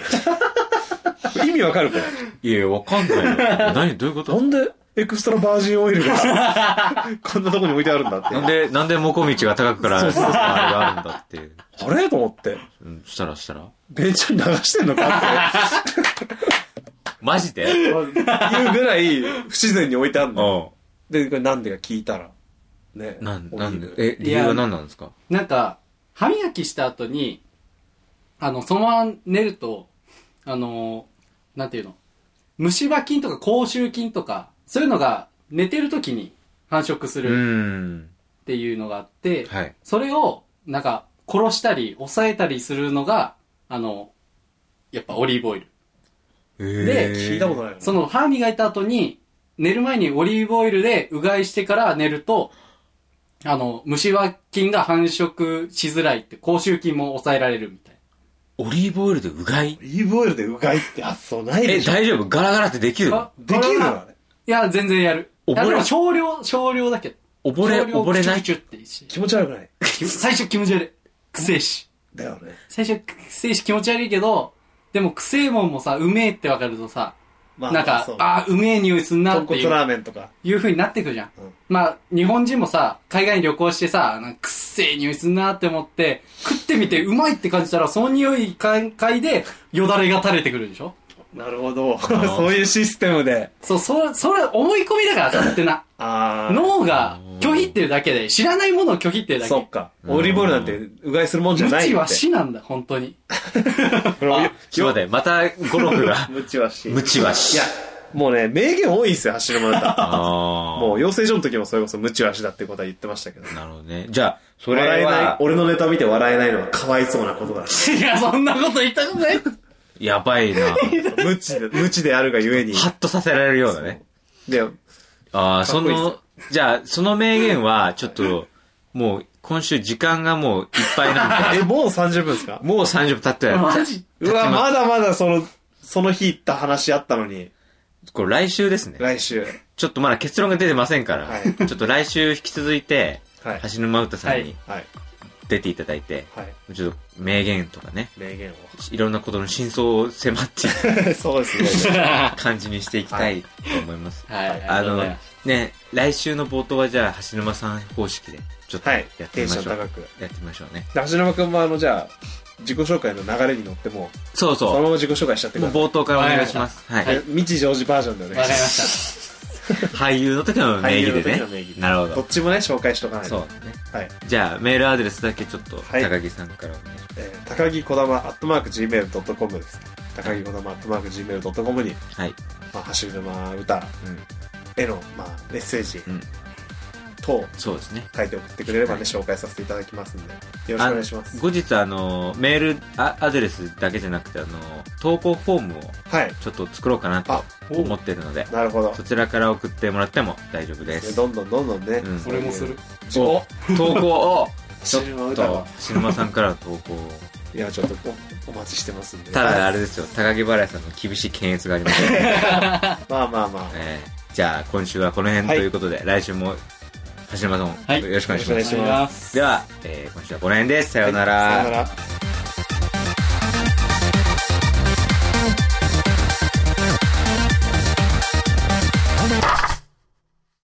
Speaker 2: 意味わかるこれ。
Speaker 1: いや、わかんないよ。何どういうこ
Speaker 2: な
Speaker 1: と
Speaker 2: んでエクストラバージンオイルが こんなとこに置いてあるんだっ て。
Speaker 1: なんで、なんでモコミチが高くから、あれがあるんだっていう。
Speaker 2: あれと思って。
Speaker 1: うん、したらしたら
Speaker 2: 電車に流してんのかっ
Speaker 1: マジで
Speaker 2: て。いうぐらい不自然に置いてあるの。
Speaker 1: う
Speaker 2: で、これなんでか聞いたら。ね。
Speaker 1: ん。なん、
Speaker 2: オリ
Speaker 1: なん
Speaker 2: ー
Speaker 1: で
Speaker 2: ブ、
Speaker 1: え、理由は何なんですか
Speaker 3: なんか、歯磨きした後に、あの、そのまま寝ると、あの、なんていうの、虫歯菌とか口臭菌とか、そういうのが寝てる時に繁殖す
Speaker 1: う
Speaker 3: る
Speaker 1: ーん。
Speaker 3: っていうのがあって、
Speaker 1: はい。
Speaker 3: それを、なんか、殺したり、抑えたりするのが、あの、やっぱオリーブオイル。で
Speaker 2: 聞いたこと
Speaker 1: い。
Speaker 2: ないの
Speaker 3: その歯磨いた後に、寝る前にオリーブオイルでうがいしてから寝ると、あの、虫歯菌が繁殖しづらいって、口臭菌も抑えられるみたいな。
Speaker 1: オリーブオイルでうがい
Speaker 2: オリーブオイルでうがいって発想ない
Speaker 1: え、
Speaker 2: でしょ。
Speaker 1: 大丈夫ガラガラってできるの
Speaker 2: できるのあれ
Speaker 3: いや、全然やる。いや、
Speaker 1: 溺れ
Speaker 3: でも少量、少量だけど。
Speaker 1: 溺れ、
Speaker 3: 少量
Speaker 1: 溺れな
Speaker 3: ク
Speaker 1: い
Speaker 3: チュクチュっていいし。
Speaker 2: 気持ち悪くない。
Speaker 3: き最初気持ち悪い。くせえし。
Speaker 2: だよね。
Speaker 3: 最初くせえし気持ち悪いけど、でもくせえもんもさ、うめえってわかるとさ、
Speaker 2: ま
Speaker 3: なんか
Speaker 2: そう、
Speaker 3: あーうめえ匂いすんな
Speaker 2: 豚
Speaker 3: って
Speaker 2: 骨
Speaker 3: いう、
Speaker 2: ラーメンとか。
Speaker 3: いう風になってくじゃん。
Speaker 2: うん
Speaker 3: まあ、日本人もさ、海外に旅行してさ、なんかくっせえ匂いすんなって思って、食ってみてうまいって感じたら、その匂い感慨で、よだれが垂れてくるでしょ
Speaker 2: なるほど。
Speaker 1: ー
Speaker 2: そういうシステムで。
Speaker 3: そう、それ、それ思い込みだから、勝手な。
Speaker 2: あー。
Speaker 3: 脳が拒否ってるだけで、知らないものを拒否ってるだけ。
Speaker 2: そっか。オリーブオイルなんてうがいするもんじゃない
Speaker 3: 無
Speaker 2: って。
Speaker 3: 知は死なんだ、本当に。
Speaker 2: これをよ。
Speaker 1: ちょっと待って、またゴロフが
Speaker 2: 無知は死。
Speaker 1: 無知は死
Speaker 2: いや、もうね、名言多いんですよ、走るマ タ。
Speaker 1: ああ。
Speaker 2: もう、養成所の時もそれこそ無知は死だってことは言ってましたけど。
Speaker 1: なるほどね。じゃあ、そ
Speaker 2: 笑
Speaker 1: れ
Speaker 2: えない
Speaker 1: は、、
Speaker 2: 俺のネタ見て笑えないのはかわいそうなことだ。
Speaker 3: いや、そんなこと言ったくない。
Speaker 1: やばいな。
Speaker 2: 無知で、無知であるがゆえに。
Speaker 1: ハッとさせられるようなね。
Speaker 2: で、
Speaker 1: ああ、
Speaker 2: か
Speaker 1: そ
Speaker 2: っこいいっす
Speaker 1: の、じゃあ、その名言は、ちょっと、もう、今週時間がもういっぱい なん
Speaker 2: え、
Speaker 1: で、
Speaker 2: もう30分ですか
Speaker 1: もう30分経ってない。
Speaker 3: マジ
Speaker 2: うわ、まだまだその、その日言った話あったのに、
Speaker 1: これ来週ですね。
Speaker 2: 来週。
Speaker 1: ちょっとまだ結論が出てませんから、
Speaker 2: はい
Speaker 1: ちょっと来週引き続いて、
Speaker 2: はい。
Speaker 1: 橋沼歌さん
Speaker 3: は
Speaker 1: に
Speaker 3: い
Speaker 2: はい。
Speaker 1: 出ていただいて、
Speaker 2: はい。
Speaker 1: ちょっと名言とかね、
Speaker 2: 名言を。
Speaker 1: いろんなことの真相を迫っていく
Speaker 2: そうですね。
Speaker 1: 感じにしていきたいと思います。
Speaker 3: はい、
Speaker 1: あ
Speaker 3: あの
Speaker 1: の、、ね、来週の冒頭はじゃあ、橋沼さん方式で、ちょっと
Speaker 2: は
Speaker 1: や
Speaker 2: い
Speaker 1: っ。て
Speaker 2: テ
Speaker 1: み
Speaker 2: ン
Speaker 1: ま
Speaker 2: シ
Speaker 1: し
Speaker 2: ョ
Speaker 1: ょう。
Speaker 2: ン高く。
Speaker 1: やってみましょうね。
Speaker 2: で橋沼君もあの、じゃあ、自己紹介の流れに乗ってもう、
Speaker 1: そう
Speaker 2: その
Speaker 1: そ
Speaker 2: まま自己紹介しちゃって
Speaker 1: う。
Speaker 2: く
Speaker 1: もう
Speaker 2: ださい。
Speaker 1: 冒頭からお願いします。はい。
Speaker 3: は
Speaker 2: え未知ジョージバージョンでお
Speaker 3: わ
Speaker 2: 願い
Speaker 3: か
Speaker 2: し
Speaker 3: りま
Speaker 2: ます。
Speaker 3: し
Speaker 1: 俳優の時の名義で
Speaker 2: 俳優
Speaker 1: ね
Speaker 2: の時の名義。で
Speaker 1: なるほ
Speaker 2: ど
Speaker 1: ど
Speaker 2: っ。ちもね、紹介しとかない
Speaker 1: そう
Speaker 2: と。
Speaker 1: だね。
Speaker 2: はい。
Speaker 1: じゃあ、メールアドレスだけちょっと、
Speaker 2: はい
Speaker 1: 高木さんからお願いしま
Speaker 2: えー高木こだま、アットマーク Gmail.com です。高木こだま、アットマーク Gmail.com に、
Speaker 1: す。はい。
Speaker 2: まあ、橋沼歌
Speaker 1: うん。
Speaker 2: への、まあ、メッセージ
Speaker 1: うん
Speaker 2: 等、
Speaker 1: そうですね。
Speaker 2: 書いて送ってくれれば
Speaker 1: は
Speaker 2: ね、
Speaker 1: い
Speaker 2: 紹介させていただきますんで、よろしくお願いします。
Speaker 1: 後日、あの、メールあアドレスだけじゃなくて、あの、投稿フォームを
Speaker 2: はい。
Speaker 1: ちょっと作ろうかなと
Speaker 2: あ、
Speaker 1: 思ってるので、
Speaker 2: なるほど。
Speaker 1: そちらから送ってもらっても大丈夫です。
Speaker 2: どんどんどんどんね
Speaker 1: うん。
Speaker 3: た。俺もする。。
Speaker 1: お投稿を、ちょ
Speaker 2: 橋
Speaker 1: っ
Speaker 2: 沼歌
Speaker 1: と
Speaker 2: は、、
Speaker 1: 篠間さんからの投稿を。
Speaker 2: いや、ちょっとおお待ちしてますんで。
Speaker 1: ただ、あ
Speaker 2: はい
Speaker 1: れですよ、高木原さんの厳しい検閲がありましたね
Speaker 2: まあまあまあ。
Speaker 1: えーじゃあ、今週はこの辺と
Speaker 2: はい
Speaker 1: いうことで、来週も、橋沼さん、
Speaker 3: はい
Speaker 1: よろしくお願いし
Speaker 2: よ
Speaker 1: ま
Speaker 2: ろ
Speaker 1: す。
Speaker 2: しくお願いします
Speaker 3: す
Speaker 1: では、えー今週はこの辺です。さような
Speaker 2: さ
Speaker 1: ら
Speaker 2: よな。ら。